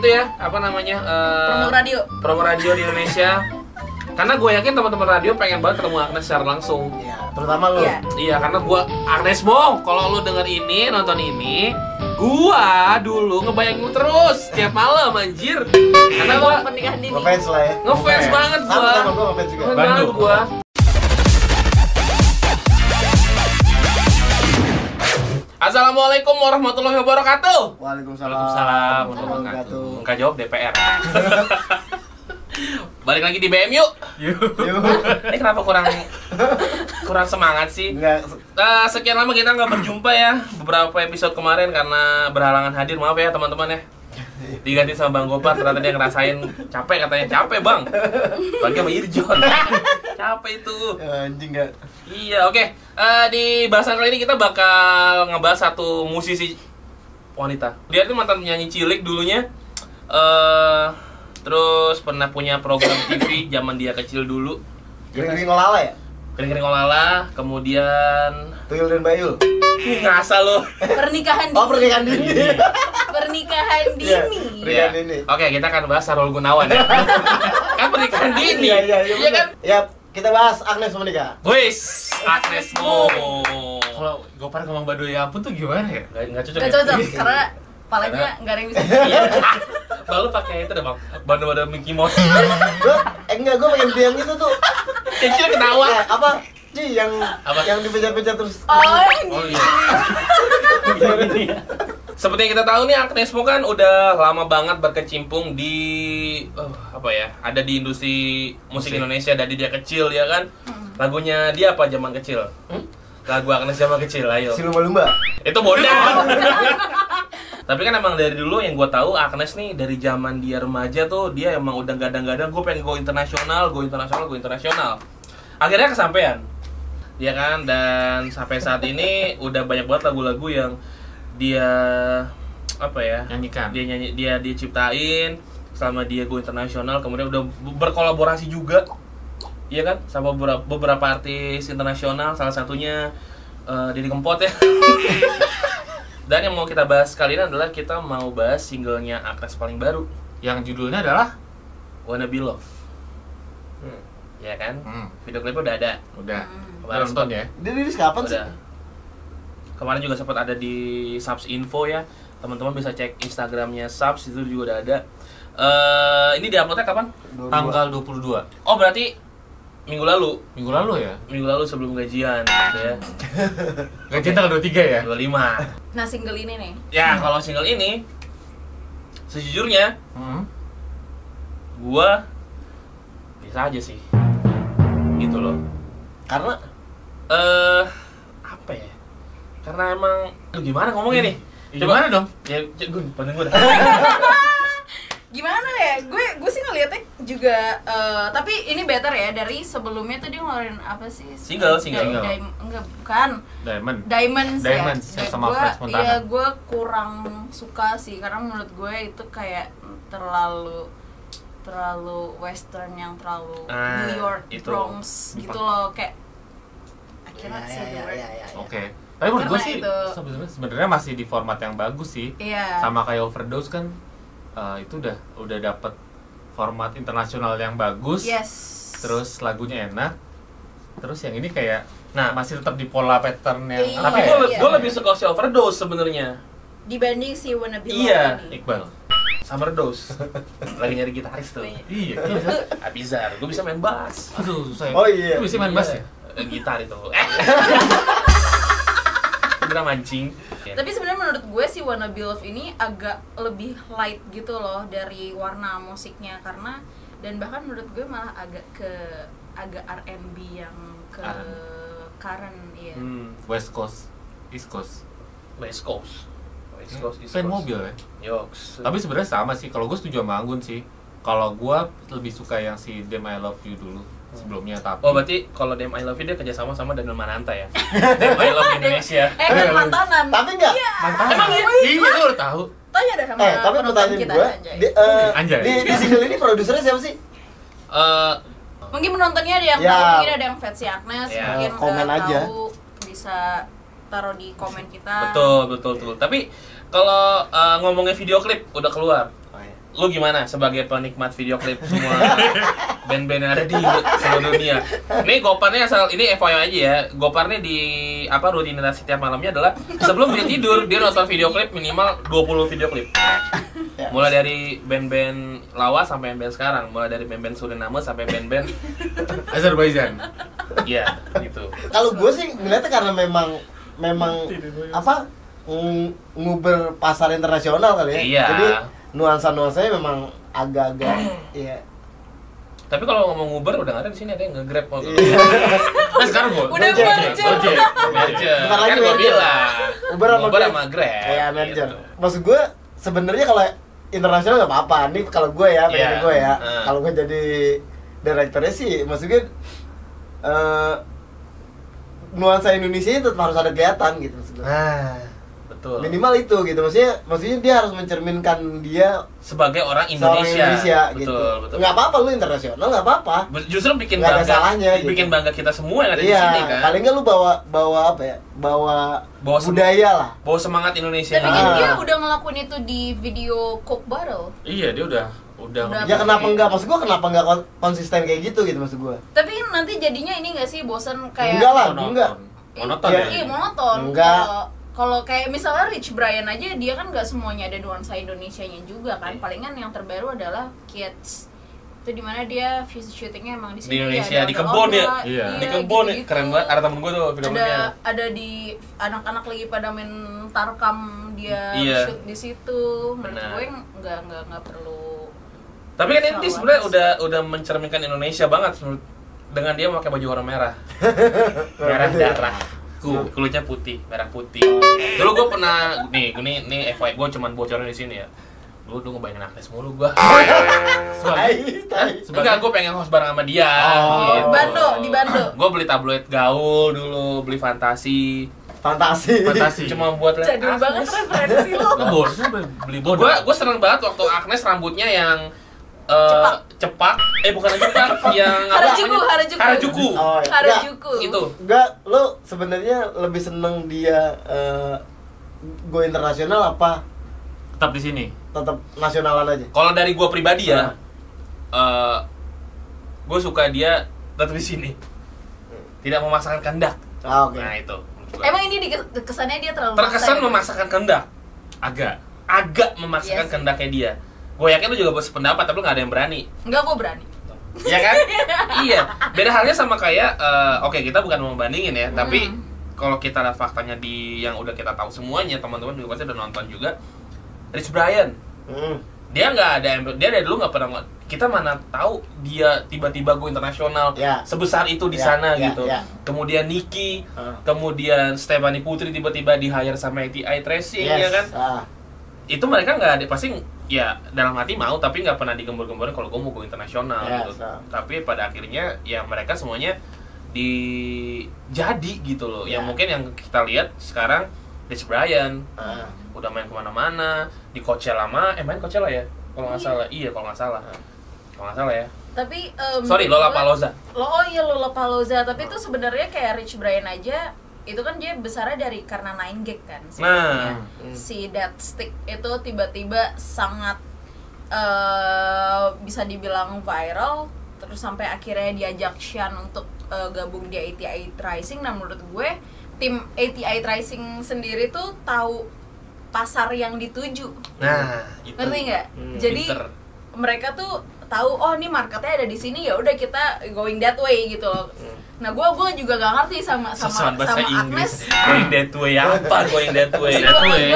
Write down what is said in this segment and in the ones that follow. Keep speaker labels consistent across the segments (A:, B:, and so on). A: itu ya apa namanya eh,
B: Promo radio.
A: promo radio di Indonesia karena gue yakin teman-teman radio pengen banget ketemu Agnes secara langsung
C: Iya, terutama lu.
B: Iya.
A: Iya, karena gua Agnes Bong. Kalau lu denger ini, nonton ini, gua dulu ngebayangin lu terus tiap malam anjir. Karena gua
B: Pernikahan dini.
C: Ngefans lah ya.
A: ngefans banget
C: Sama
A: gua.
C: sama gua ngefans juga.
A: Ngefans banget
D: Bandung.
A: gua. Assalamualaikum warahmatullahi wabarakatuh.
C: Waalaikumsalam.
A: Waalaikumsalam warahmatullahi
C: Warahmatullahi
A: wabarakatuh.
C: wabarakatuh.
A: Enggak jawab DPR. Balik lagi di BM yuk.
C: Yuk.
A: Ini kenapa kurang kurang semangat sih?
C: Enggak
A: Nah, sekian lama kita nggak berjumpa ya beberapa episode kemarin karena berhalangan hadir maaf ya teman-teman ya diganti sama Bang Gopar ternyata dia ngerasain capek katanya capek bang bagi sama Irjon capek itu
C: anjing enggak.
A: iya oke Eh, di bahasan kali ini kita bakal ngebahas satu musisi wanita dia itu mantan penyanyi cilik dulunya eh terus pernah punya program TV zaman dia kecil dulu
C: Kering-kering olala ya?
A: kering-kering olala kemudian
C: Tuyul dan Bayul.
A: ngasal loh
B: Pernikahan
C: Oh,
B: dini.
C: pernikahan dini.
B: Pernikahan
C: Iya.
B: dini.
C: Pernikahan
A: Iya.
C: dini.
A: Oke, kita akan bahas Sarul Gunawan ya. kan pernikahan dini.
C: Iya, iya, iya.
A: kan?
C: bener. Ya, kita bahas Agnes menikah.
A: Wis, Agnes Mo.
D: Kalau Gopar ngomong Baduy ya ampun tuh gimana ya?
A: Nggak nggak cocok.
B: Gak
A: ya?
B: cocok karena palanya nggak ada yang bisa.
A: Iya. Lalu pakai itu deh, Bang. Bando-bando Mickey Mouse.
C: Gua eh enggak gua pengen bilang itu tuh.
A: Kecil
C: Eh,
A: ketawa.
C: apa? Ci yang
A: Apa?
C: yang dipecah-pecah terus.
B: Oh, ini.
A: Oh iya. Seperti yang kita tahu nih Agnes Mo kan udah lama banget berkecimpung di eh, apa ya? Ada di industri musik
D: Musik.
A: Indonesia dari dia kecil ya kan. Lagunya dia apa zaman kecil? Hmm? Lagu Agnes zaman kecil, ayo.
C: Si lumba-lumba.
A: itu bodoh tapi kan emang dari dulu yang gue tahu Agnes nih dari zaman dia remaja tuh dia emang udah gadang-gadang gue pengen go internasional go internasional go internasional akhirnya kesampaian ya kan dan sampai saat ini udah banyak banget lagu-lagu yang dia apa ya
D: Nyanyikan.
A: dia nyanyi dia dia ciptain selama dia go internasional kemudian udah berkolaborasi juga Iya kan, sama beberapa, beberapa artis internasional, salah satunya eh, Didi Kempot ya. Dan yang mau kita bahas kali ini adalah kita mau bahas singlenya Agnes paling baru,
D: Yang judulnya adalah
A: Wanna Be Love.
C: Hmm.
A: Iya kan?
D: hmm,
A: Video klipnya udah ada.
D: udah.
B: Hmm.
D: Kemarin nonton ya.
C: Dia rilis kapan sih?
A: Udah. Kemarin juga sempat ada di Subs Info ya. Teman-teman bisa cek Instagramnya Subs itu juga udah ada. Eh ini diuploadnya kapan?
C: 22.
D: Tanggal 22
A: Oh berarti minggu lalu,
D: minggu lalu ya.
A: minggu lalu sebelum gajian, gitu ya.
D: Gajian tanggal 23 ya.
A: 25.
B: Nah single ini nih.
A: Ya, kalau single ini sejujurnya
D: Hmm.
A: gua biasa aja sih. Gitu loh.
C: Karena
A: Eh, apa ya? Karena emang aduh, gimana ngomongnya nih?
D: Gimana dong?
A: Ya, c- gun, pandang gua dah.
B: Gimana ya? Gue gue sih ngeliatnya juga eh, tapi ini better ya dari sebelumnya tuh dia ngeluarin apa sih?
A: Single, single.
B: Di- di- enggak, bukan.
D: Diamond.
B: Diamonds,
D: Diamonds,
B: ya.
D: yang sama
B: Gue-
D: French Montana.
B: Iya, gue kurang suka sih karena menurut gue itu kayak terlalu terlalu western yang terlalu
A: Ah,
B: New York
A: itu.
B: Bronx gitu loh kayak akhirnya
C: Ya,
B: sih
C: ya, ya, ya, ya.
D: Oke. Tapi menurut gue
B: Karena
D: sih
B: itu.
D: sebenarnya sebenarnya masih di format yang bagus sih.
B: Iya.
D: Sama kayak Overdose kan eh, itu udah udah dapet format internasional yang bagus.
B: Yes.
D: Terus lagunya enak. Terus yang ini kayak
A: Nah,
D: masih tetap di pola pattern yang
B: Iya.
A: tapi
D: apa
A: gua,
D: ya?
A: gua lebih suka si overdose sebenarnya.
B: dibanding si Wanna Be Loved
A: Iya,
B: ini.
D: Iqbal.
A: Summer dose. Lagi nyari gitaris tuh.
D: Iya, iya.
A: Abizar, gua bisa main bass.
D: Aduh, susah ya.
C: Oh, iya.
D: Lu bisa main bass ya?
A: Eh, Gitar itu. Eh. Kita mancing.
B: Tapi sebenarnya menurut gue sih Wanna Be Loved ini agak lebih light gitu loh dari warna musiknya karena dan bahkan menurut gue malah agak ke agak R&B yang ke current ya.
A: Hmm,
D: West Coast, East Coast.
A: West Coast. West Coast, East Coast.
D: Fan Iya. mobil ya.
A: Yoks.
D: Tapi sebenarnya sama sih. Kalau gue setuju sama Anggun sih. Kalau gue lebih suka yang si Damn I Love You dulu
C: Hmm.
D: sebelumnya tapi
A: Oh berarti kalau Damn I Love You dia kerjasama sama Daniel Mananta ya? Damn I Love Indonesia
B: Eh kan mantanan.
C: Tapi enggak.
D: mantan
A: Emang iya?
D: iya gue udah tahu
B: Tanya dah sama
C: Eh, tapi
B: penonton
C: pertanyaan
B: kita, ya.
C: gua,
B: Anjay.
C: di, eh,
D: Anjay.
C: di, di single ini produsernya siapa sih?
A: Eh,
B: Mungkin penontonnya ada yang
C: Ya.
B: tahu, mungkin ada yang fans si Agnes,
A: Ya,
B: mungkin eh,
C: komen aja.
B: tahu bisa taruh di komen kita.
A: Betul, betul, betul Tapi kalau eh, ngomongin video klip udah keluar
C: Oh, iya.
A: lu gimana sebagai penikmat video klip semua band-band yang ada di seluruh dunia? Ini goparnya asal ini FYI aja ya. Goparnya di apa rutinitas setiap malamnya adalah sebelum dia tidur dia nonton video klip minimal 20 video klip.
C: Ya.
A: Mulai dari band-band lawas sampai band sekarang, mulai dari band-band Suriname sampai band-band
D: Azerbaijan.
A: ya gitu.
C: Kalau gue sih ngeliatnya karena memang memang apa ng- nguber pasar internasional kali ya.
A: Iya.
C: Jadi nuansa-nuansanya memang agak-agak ya.
A: Tapi kalau ngomong Uber udah nggak ada di sini ada yang nge-grab waktu itu.
C: Iya.
D: Nah sekarang gua.
B: Udah
D: Gojek,
B: merger.
D: Gojek.
A: Merger.
C: Bentar lagi
A: Kan gua
C: merger.
A: bilang
C: Uber sama
A: Uber
C: Grab.
A: sama Grab.
C: Kayak merger.
A: gitu.
C: Maksud gue sebenarnya kalau internasional nggak apa-apa. Ini kalau gue ya, pengen
A: Iya.
C: gue ya.
A: Heeh.
C: Kalau gue jadi direkturnya sih, maksud gue eh, nuansa Indonesia tetap harus ada kelihatan gitu. maksud gue.
D: Nah.
A: Betul.
C: Minimal itu gitu maksudnya, maksudnya dia harus mencerminkan dia
A: sebagai orang
C: seorang
A: Indonesia.
C: Indonesia
A: betul,
C: gitu.
A: betul.
C: Nggak apa-apa lu internasional, nggak apa-apa.
A: Be- Justru bikin
C: Nggak ada
A: bangga,
C: salahnya, gitu.
A: bikin bangga kita semua yang ada di
C: Iya,
A: sini kan.
C: paling nggak lu bawa bawa apa ya? Bawa,
A: Bawa sem-
C: budaya lah.
A: Bawa semangat Indonesia.
B: Tapi kan
C: Ah.
B: dia udah ngelakuin itu di video Coke Barrel.
D: Iya dia udah udah.
B: Udah.
C: Ya kenapa nggak? Maksud gua kenapa nggak kon- konsisten kayak gitu gitu maksud gua?
B: Tapi nanti jadinya ini nggak sih bosen kayak
C: Enggak lah.
D: Monoton.
C: Iya, Enggak.
D: Monoton
C: Iya.
D: ya.
B: Iya monoton.
C: Enggak.
B: Kalau- Kalau kayak misalnya Rich Brian aja dia kan nggak semuanya ada nuansa Indonesianya juga
A: Iya.
B: kan. Palingan yang terbaru adalah Kids. Itu dimana dia visi syutingnya emang di
A: Di
B: sini.
A: Indonesia,
B: ada
A: di kebun ya?
B: ondel-ondel,
D: Iya.
A: Di kebun nih,
B: gitu-gitu.
A: keren banget. Ada temen gue tuh filmnya.
B: ada ada di anak-anak lagi pada main tarkam dia
A: Iya.
B: shoot di situ menurut
A: Benar.
B: gue nggak nggak nggak perlu
A: Tapi kan ini
B: Sawas.
A: sebenarnya udah udah mencerminkan Indonesia banget menurut- dengan dia pakai baju warna merah. merah
C: Iya.
A: darah. Ku, kulitnya putih, merah putih. Dulu gue pernah nih, nih nih FYI gue cuman bocorin di sini ya. Dulu dulu ngebayangin Agnes mulu gue.
D: ya? Sebagai
C: Tai, tai.
D: Sebagai-
A: Enggak, gue pengen host bareng sama dia.
C: Oh.
A: gitu.
B: Bando, di Bando.
A: Gue beli tabloid gaul dulu, beli fantasi.
C: Fantasi.
D: Fantasi.
A: Cuma buat lihat
B: jadul banget
A: Agnes.
B: referensi lo
D: nggak bosan beli bodoh.
A: Gue gue seneng banget waktu Agnes rambutnya yang eh, cepak. Eh bukan cepak, yang apa?
B: Harajuku,
A: namanya?
B: Harajuku.
A: Harajuku.
C: Oh, iya.
B: Harajuku
A: Itu.
C: Enggak, lu sebenarnya lebih seneng dia eh go internasional apa
D: Tetap di sini.
C: tetap nasionalan aja?
A: Kalau dari gue pribadi
D: Nah.
A: ya,
B: Hmm.
A: eh gue suka dia tetap di sini. Tidak memaksakan kehendak.
C: Ah, oke.
A: Nah itu. menurut gua.
B: emang iya? ini di kesannya dia terlalu
A: terkesan
B: maksa ya?
A: memaksakan kehendak.
D: Agak.
A: Agak memaksakan
B: Iya sih.
A: kehendaknya dia. Gue yakin lu juga sependapat, tapi lu gak ada yang berani.
B: nggak gue berani
A: Iya kan? iya. Beda halnya sama kayak eh, oke kita bukan mau bandingin ya, tapi
B: Hmm.
A: kalau kita lihat faktanya di yang udah kita tahu semuanya, teman-teman juga pasti udah nonton juga. Rich Brian,
C: Hmm.
A: dia nggak ada dia dari dulu nggak pernah ngo- kita mana tahu dia tiba-tiba go internasional
C: Ya.
A: sebesar itu di
C: Ya,
A: sana
C: ya,
A: gitu.
C: ya.
A: Kemudian Nicky,
C: Ah.
A: kemudian Stephanie Putri tiba-tiba di hire sama ATI Tracing ya kan?
C: Ah.
A: itu mereka nggak ada pasti ya dalam hati mau tapi nggak pernah digembor-gemborin kalau gue mau go internasional
C: Ya,
A: gitu.
C: sama.
A: Tapi pada akhirnya ya mereka semuanya di jadi gitu loh. Yang
C: Ya.
A: mungkin yang kita lihat sekarang Rich Brian
C: Ah.
A: udah main kemana-mana di Coachella sama eh main Coachella ya kalau nggak
B: Iya.
A: salah iya kalau nggak salah
C: Ya.
A: kalau nggak salah ya
B: tapi em,
A: sorry Lola Paloza
B: lo oh iya Lola Paloza tapi itu sebenarnya kayak Rich Brian aja itu kan dia besarnya dari karena Nine Gag kan sebenarnya.
A: Nah.
C: Hmm.
B: si Dead Stick itu tiba-tiba sangat eh, bisa dibilang viral terus sampai akhirnya diajak Sean untuk eh, gabung di ATI Rising nah menurut gue tim ATI Rising sendiri tuh tahu pasar yang dituju
A: nah itu
B: ngerti nggak
C: Hmm,
B: jadi
A: Pinter.
B: mereka tuh tahu oh ini marketnya ada di sini ya udah kita going that way gitu loh nah gue gue juga gak ngerti sama
A: Sasaran
B: sama
A: bahasa
B: sama
A: Inggris
B: Agnes
A: going that way apa going that way
D: Going that way.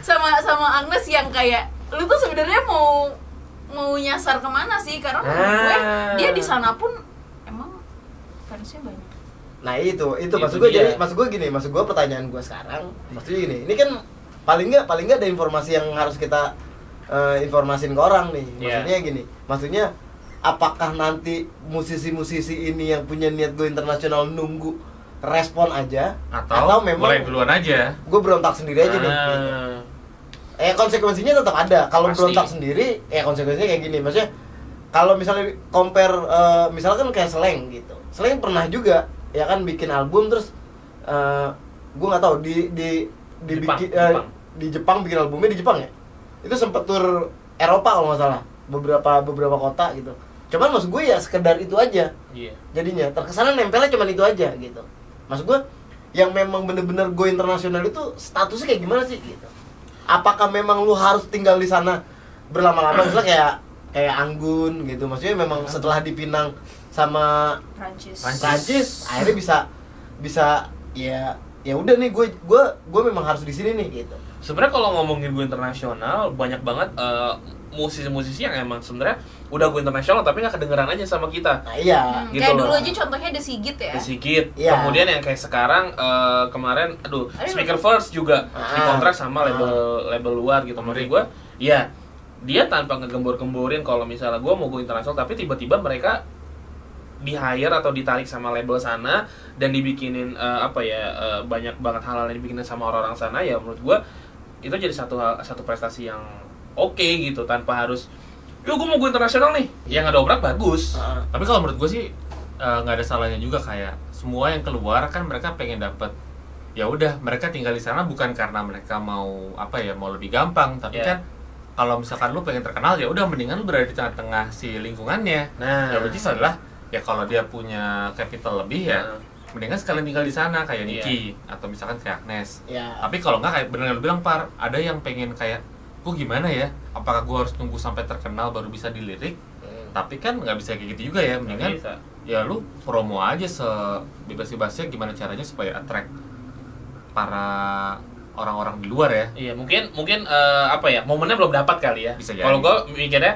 B: sama sama Agnes yang kayak lu tuh sebenarnya mau mau nyasar kemana sih karena menurut gue
A: Ah.
B: dia di sana pun emang fansnya banyak
C: Nah itu, itu
A: Itu
D: Iya,
C: maksud gue
A: dia.
C: jadi, maksud gue gini, maksud gue pertanyaan gue sekarang, maksudnya gini, ini kan paling nggak paling nggak ada informasi yang harus kita eh, informasin ke orang
D: Iya.
C: nih, maksudnya gini, maksudnya apakah nanti musisi-musisi ini yang punya niat gue internasional nunggu respon aja,
D: Atau,
C: memang
D: mulai duluan aja.
C: gue berontak sendiri aja nih.
A: Ah.
C: Eh konsekuensinya tetap ada. Kalau
A: Pasti.
C: berontak sendiri, ya konsekuensinya kayak gini, maksudnya kalau misalnya compare eh, misalkan kayak Slang gitu. Slang pernah juga ya kan bikin album terus eh gue nggak tahu di di di
A: Jepang,
C: bikin- eh,
A: Jepang.
C: di Jepang bikin albumnya di Jepang ya. Itu sempet tur Eropa kalau nggak salah beberapa beberapa kota gitu cuman maksud gue ya sekedar itu aja
A: Iya.
C: jadinya terkesan nempelnya cuman itu aja gitu maksud gue yang memang bener-bener go internasional itu statusnya kayak gimana sih gitu apakah memang lu harus tinggal di sana berlama-lama misalnya kayak kayak Anggun gitu maksudnya memang setelah dipinang sama
B: Prancis.
D: Prancis.
C: Prancis akhirnya bisa bisa ya ya udah nih gue gue gue memang harus di sini nih gitu
A: Sebenarnya kalau ngomongin gue internasional banyak banget eh, musisi-musisi yang emang sebenarnya udah gue internasional tapi nggak kedengeran aja sama kita.
C: nah iya
B: Hmm,
A: gitu
B: kayak
A: loh.
B: dulu aja contohnya ada Sigit ya.
A: sedikit.
C: Iya.
A: Kemudian yang kayak sekarang eh, kemarin aduh
B: Aduh. Ah.
A: Speaker First juga
C: Ah.
A: dikontrak sama label label luar gitu menurut
D: Amerika.
A: gue. Iya. Dia tanpa ngegembor-gemborin kalau misalnya gue mau go internasional tapi tiba-tiba mereka di hire atau ditarik sama label sana dan dibikinin eh, apa ya eh, banyak banget hal-hal yang dibikinin sama orang-orang sana ya menurut gue itu jadi satu hal satu prestasi yang oke gitu tanpa harus yo gue mau go internasional nih yang ngedobrak bagus
B: Ah.
C: Nah,
D: Tapi kalau menurut gue sih eh, nggak ada salahnya juga kayak semua yang keluar kan mereka pengen dapat ya udah mereka tinggal di sana bukan karena mereka mau apa ya mau lebih gampang
A: Iya.
D: tapi kan kalau misalkan lu pengen terkenal ya udah mendingan lu berada di tengah-tengah si lingkungannya
A: nah
D: ya which is adalah ya kalau dia punya capital lebih ya mendingan sekalian tinggal di sana kayak
A: Nah. Iya.
D: Niki atau misalkan kayak Agnes
C: ya
D: tapi kalau nggak kayak bener yang lu bilang par ada yang pengen kayak gue gimana ya apakah gue harus tunggu sampai terkenal baru bisa dilirik tapi kan nggak bisa kayak gitu juga ya mendingan
A: bisa.
D: ya lu promo aja sebebas-bebasnya gimana caranya supaya attract para orang-orang di luar ya
A: Iya mungkin mungkin eh, apa ya momennya belum dapat kali ya.
D: Bisa jadi.
A: Kalau gue mikirnya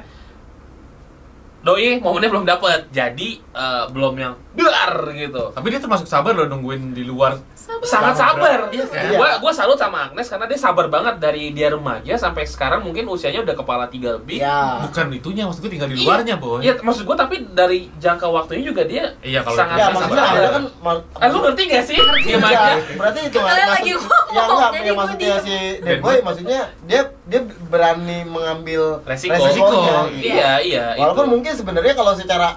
A: doi momennya belum dapat jadi eh, belum yang dar gitu.
D: tapi dia termasuk sabar loh nungguin di luar
B: Sabar.
A: Sangat
D: Sabar,
A: sabar.
D: bro. Iya kan?
A: Gue gue salut sama Agnes karena dia sabar banget dari dia remaja sampai sekarang mungkin usianya udah kepala tiga lebih. Iya.
C: ya
D: bukan itunya maksud gue tinggal di luarnya boy
A: maksud gue tapi dari jangka waktunya juga dia
D: Iya, kalau
A: sangat
C: ya
D: Sampai
C: maksudnya
A: sabar.
C: akhirnya kan mal-
A: Eh, lu ngerti gak sih?
C: Iya,
A: Gimana?
C: berarti itu
B: Kalian
C: maksud-
B: lagi ngomong,
C: ya enggak,
B: jadi
C: yang
B: gua
C: maksudnya
B: diem.
C: si Dead Boy maksudnya dia dia berani mengambil
A: Resiko.
C: resikonya,
D: Resiko,
C: gitu.
A: Iya iya. itu.
C: Walaupun mungkin sebenarnya kalau secara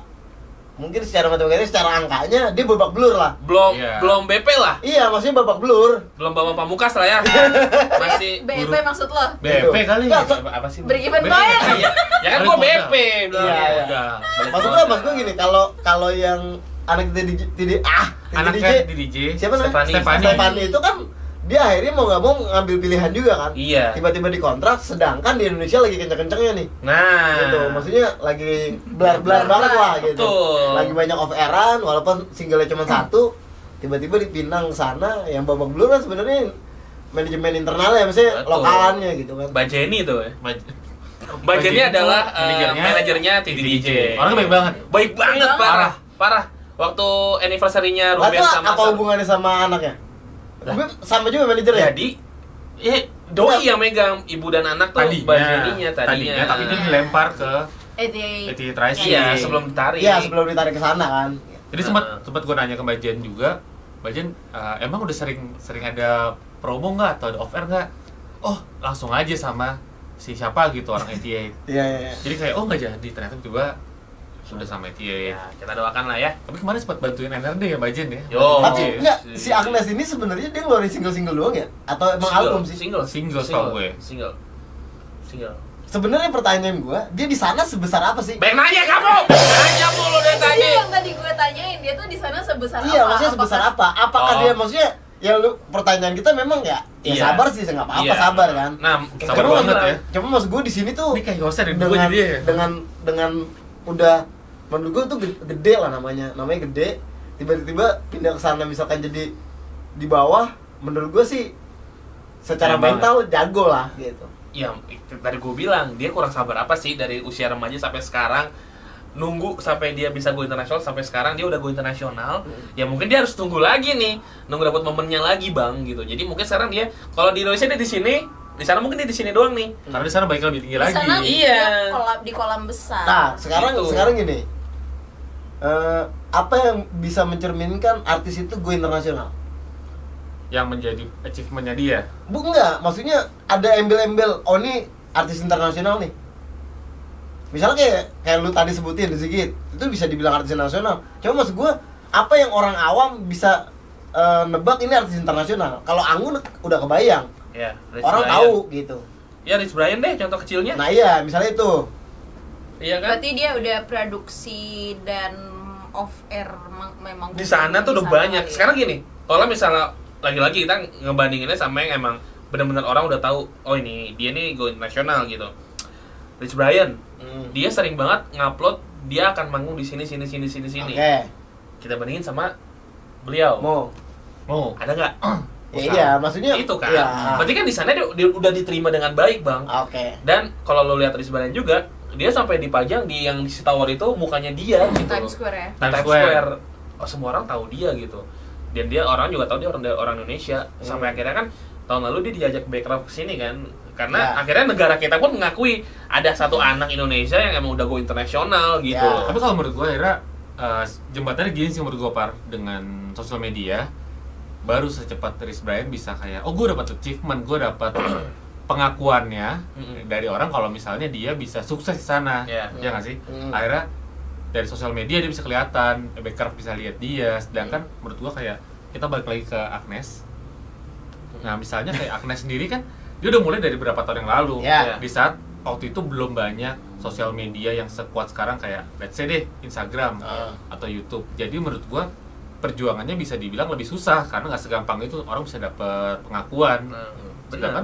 C: mungkin secara matematika secara angkanya dia babak belur lah.
A: belum
D: Iya.
A: belum BP lah,
C: Iya, maksudnya babak belur.
A: belum bawa pamukas lah ya. Masih
B: BP
D: buruk.
B: maksud lo?
D: BP kali
C: Nggak, so-
D: apa sih
B: Break even
D: BP?
B: point.
A: Iya. Ya kan
D: Balik
A: gua
D: modal.
A: BP bilang.
C: Iya, iya.
D: Udah, balik
C: Maksudnya
D: modal.
C: maksud gue gini, kalau kalau yang anak tadi tadi ah, Titi
D: anaknya kan
C: DJ,
D: di DJ
C: siapa namanya?
A: Stefani.
D: Stefani.
C: Stefani itu kan dia akhirnya mau nggak mau ngambil pilihan juga kan.
A: Iya.
C: Tiba-tiba dikontrak, sedangkan di Indonesia lagi kenceng-kencengnya nih.
A: Nah,
C: gitu maksudnya lagi blar-blar banget lah gitu
A: Betul. Hmm.
C: lagi banyak off airan walaupun singlenya cuma satu tiba-tiba dipinang ke sana yang babak belur kan sebenarnya manajemen internalnya maksudnya
A: Betul.
C: lokalannya gitu kan
A: Mbak Jenny tuh. ya.
D: Maj-
A: Mbak Jenny
D: Jenny
A: adalah
D: tuh
A: eh,
D: manajernya-
A: manajernya TD DJ.
D: orangnya baik banget
A: Baik banget,
B: Baik
A: parah. Parah. Waktu anniversary-nya
C: Lah,
A: Ruben
C: itu
A: sama
C: apa
A: Sar-
C: hubungannya sama anaknya
D: Lah.
C: Gue sama juga manajer ya Iya.
A: Jadi eh doi yang megang ibu dan anak tuh
D: tadinya,
A: Mbak Jenny-nya tadinya.
D: tadinya, tapi dia dilempar ke
B: Eh, they-
D: Eti Tracy
A: Iya, sebelum ditarik.
C: iya sebelum ditarik ke sana kan
D: jadi sempat
A: Heeh.
D: sempat gue nanya ke Mbak Jen juga Mbak Jen eh, emang udah sering sering ada promo nggak atau ada offer nggak oh langsung aja sama si siapa gitu orang ETA
C: iya iya iya.
D: jadi kayak oh nggak jadi ternyata tiba sudah sama ETA
A: Ya, kita doakan lah ya.
D: tapi kemarin sempat bantuin NRD ya Mbak Jen ya
A: Yo. Oh,
C: tapi enggak
A: si-
C: si Agnes ini sebenarnya dia ngeluarin single-single doang ya atau emang album sih
A: Single,
D: Single, setahu gue.
A: Single. Single.
C: sebenarnya pertanyaan gua dia di sana sebesar apa sih
A: Baik nanya kamu. Nanya mulu dari
B: Tadi
A: tadi.
B: yang tadi gue tanyain dia tuh di sana sebesar
C: Iya,
B: apa? kan?
C: maksudnya sebesar apa? Apakah
A: Oh.
C: dia maksudnya ya lu pertanyaan kita memang ya, ya
A: Iya.
C: sabar sih, nggak apa-apa
A: Iya.
C: sabar kan.
A: Nah,
D: sabar
C: Cuma
D: banget
C: maksud-
D: ya
C: Cuma maksud gue di sini tuh
D: ini kayak Yosen yang dua
C: dengan
D: jadi ya
C: dengan dengan udah menurut gue tuh ge- gede lah namanya, namanya gede. Tiba-tiba pindah ke sana misalkan jadi di bawah, menurut gue sih secara
D: Sayang
C: mental jago lah gitu.
A: ya tadi gue bilang dia kurang sabar apa sih dari usia remaja sampai sekarang nunggu sampai dia bisa go internasional sampai sekarang dia udah go internasional
B: Hmm.
A: ya mungkin dia harus tunggu lagi nih nunggu dapat momennya lagi bang gitu jadi mungkin sekarang dia kalau di Indonesia dia di sini di sana mungkin dia di sini doang nih
D: karena di sana baiknya lebih tinggi
B: Di sana
D: lagi
A: Iya.
B: dia kolam di kolam besar.
C: Nah, sekarang
A: Gitu.
C: sekarang gini. Eh, apa yang bisa mencerminkan artis itu gue internasional?
D: yang menjadi achievementnya dia
C: Bu enggak, maksudnya ada embel-embel oh ini artis internasional nih. Misalnya kayak kayak lu tadi sebutin sedikit, itu bisa dibilang artis internasional. Cuma maksud gua apa yang orang awam bisa eh, nebak ini artis internasional? Kalau Anggun udah kebayang,
A: ya dari
C: orang
A: Senayan.
C: tahu gitu.
A: Ya Rich Brian deh contoh kecilnya.
C: Nah iya, misalnya itu.
A: Iya kan?
B: Berarti dia udah produksi dan off air mem- memang
A: Di sana tuh
B: di
A: udah
B: sana
A: banyak.
B: kali ya.
A: Sekarang gini, kalau misalnya lagi-lagi kita ngebandinginnya sama yang emang benar-benar orang udah tahu, oh ini dia nih go internasional gitu. Rich Brian, dia sering banget ngupload dia akan manggung di sini sini sini sini sini.
C: Oke,
A: Kita bandingin sama beliau.
C: mau.
D: Mau.
A: Ada nggak?
C: Ya
D: Usaha.
C: iya, maksudnya
A: Itu kan.
C: Iya. Ah.
A: Berarti kan di sana dia, dia udah diterima dengan baik, Bang.
C: Oke.
A: Dan kalau lo lihat Rich Brian juga, dia sampai dipajang di yang di Tower itu mukanya dia gitu.
B: Times Square ya.
A: Times
D: Times
A: Square.
D: Square.
A: Oh, semua orang tahu dia gitu. Dan dia orang juga tahu dia orang orang Indonesia. Sampai
C: Hmm.
A: akhirnya kan tahun lalu dia diajak background ke sini kan. Karena
C: Ya.
A: akhirnya negara kita pun mengakui ada satu anak Indonesia yang emang udah go internasional gitu.
C: Ya.
A: loh.
D: Tapi kalau menurut gue akhirnya eh, jembatannya gini sih menurut gue par dengan sosial media baru secepat Rich Brian bisa kayak oh gue dapat achievement gue dapat pengakuannya
A: Mm-mm.
D: dari orang kalau misalnya dia bisa sukses di sana
A: Iya.
D: ya nggak sih
C: Mm.
D: akhirnya dari sosial media dia bisa kelihatan backer bisa lihat dia sedangkan menurut gue kayak kita balik lagi ke Agnes nah misalnya kayak Agnes sendiri kan dia udah mulai dari berapa tahun yang lalu
A: Iya.
C: Ya.
D: di saat waktu itu belum banyak sosial media yang sekuat sekarang kayak let's say deh Instagram
C: Ah.
D: atau YouTube. Jadi menurut gua perjuangannya bisa dibilang lebih susah karena nggak segampang itu orang bisa dapet pengakuan.
A: Nah,
D: Sedangkan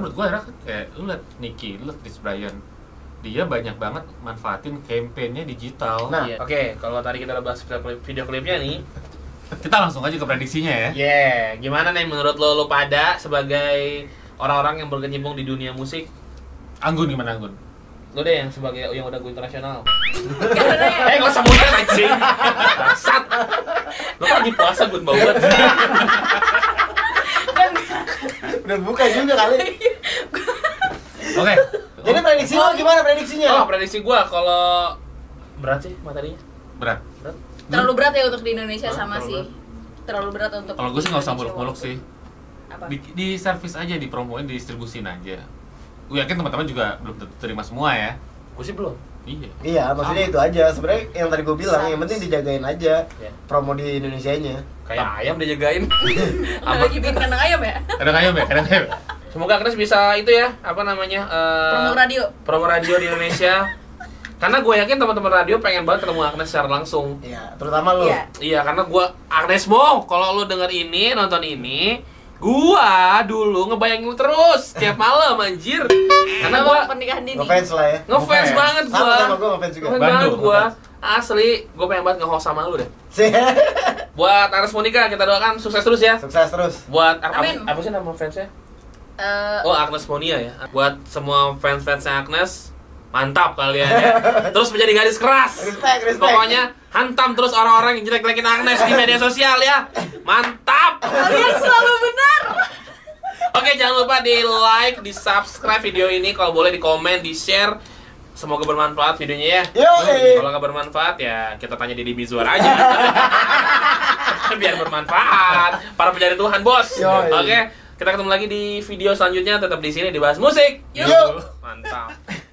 A: benar.
D: menurut gua akhirnya kayak lu liat Nicky, lu liat Chris Bryan, dia banyak banget manfaatin kampanyenya digital.
C: Nah.
A: Iya. Oke, kalau tadi kita udah bahas video, klip, video klipnya nih,
D: Kita langsung aja ke prediksinya
A: Eh?
D: ya.
A: yeah, gimana nih menurut lo lo pada sebagai orang-orang yang berkecimpung di dunia musik,
D: Anggun gimana Anggun?
A: lo deh yang sebagai yang udah go internasional.
B: Karena
A: Eh,
B: ya,
A: gak usah muter anjing. Bangsat. Lu kan lagi puasa gue bau banget.
B: kan
C: Udah buka juga kali.
D: Oke. Oh,
C: Jadi prediksi lo gimana prediksinya?
A: Oh, prediksi gua kalau berat sih materinya.
D: Berat. Hmm?
A: Berat.
B: terlalu berat ya untuk di
A: Hah?
B: Indonesia sama
A: Terlalu
B: sih. Terlalu berat untuk
D: Kalau gue sih nggak usah
B: Indonesia
D: muluk-muluk
B: waktu-
D: sih.
B: Apa?
D: Di, di service aja, dipromoin, didistribusin aja. Gue yakin teman-teman juga belum tentu terima semua ya.
A: Gua sih belum.
D: Iya.
C: Iya,
A: Ah.
C: maksudnya itu aja. Sebenarnya yang tadi gue bilang, yang penting dijagain aja
A: Ya.
C: promo di Indonesianya.
A: Kayak ayam dia jagain.
B: Nggak Lagi bikin kandang ayam ya?
A: Eh,
D: Kadang ayam ya, kadang ayam.
A: Semoga Agnes bisa itu ya, apa namanya? eh,
B: Promo radio.
A: promo radio di Indonesia. Karena gue yakin teman-teman radio pengen banget ketemu Agnes secara langsung.
C: Iya, terutama lo.
B: Iya.
A: Iya, karena gua Agnes Mo, kalau lu denger ini, nonton ini, gua dulu ngebayangin lu terus tiap malam anjir. Karena
B: Sama
A: gua
B: pernikahan Dini.
C: Ngefans lah ya.
A: ngefans
D: Ngefans.
A: banget
C: Sama
A: gua.
C: sama gue ngefans juga.
A: Ngefans
D: Bandung,
A: banget gua.
D: ngefans.
A: Asli, gua pengen banget nge-host sama lu deh.
C: Sih.
A: Buat Ares Monica kita doakan sukses terus ya.
C: Sukses terus.
A: Buat apa-
B: Amin.
A: apa sih nama fansnya?
B: Eh,
A: Oh Agnes Monia ya. Buat semua fans-fansnya Agnes, mantap kalian ya. Terus menjadi garis keras.
C: Respect, respect.
A: Pokoknya hantam terus orang-orang yang jelek-jelekin Agnes di media sosial ya. Mantap.
B: Kalian selalu benar.
A: Oke, jangan lupa di like, di subscribe video ini kalau boleh di komen, di share. Semoga bermanfaat videonya ya.
C: Yoi.
A: Kalau nggak bermanfaat ya kita tanya Deddy Mizwar aja. Biar bermanfaat. Para pencari Tuhan, Bos.
C: Yoi.
A: Oke, kita ketemu lagi di video selanjutnya tetap di sini dibahas musik.
C: Yuk.
A: Mantap.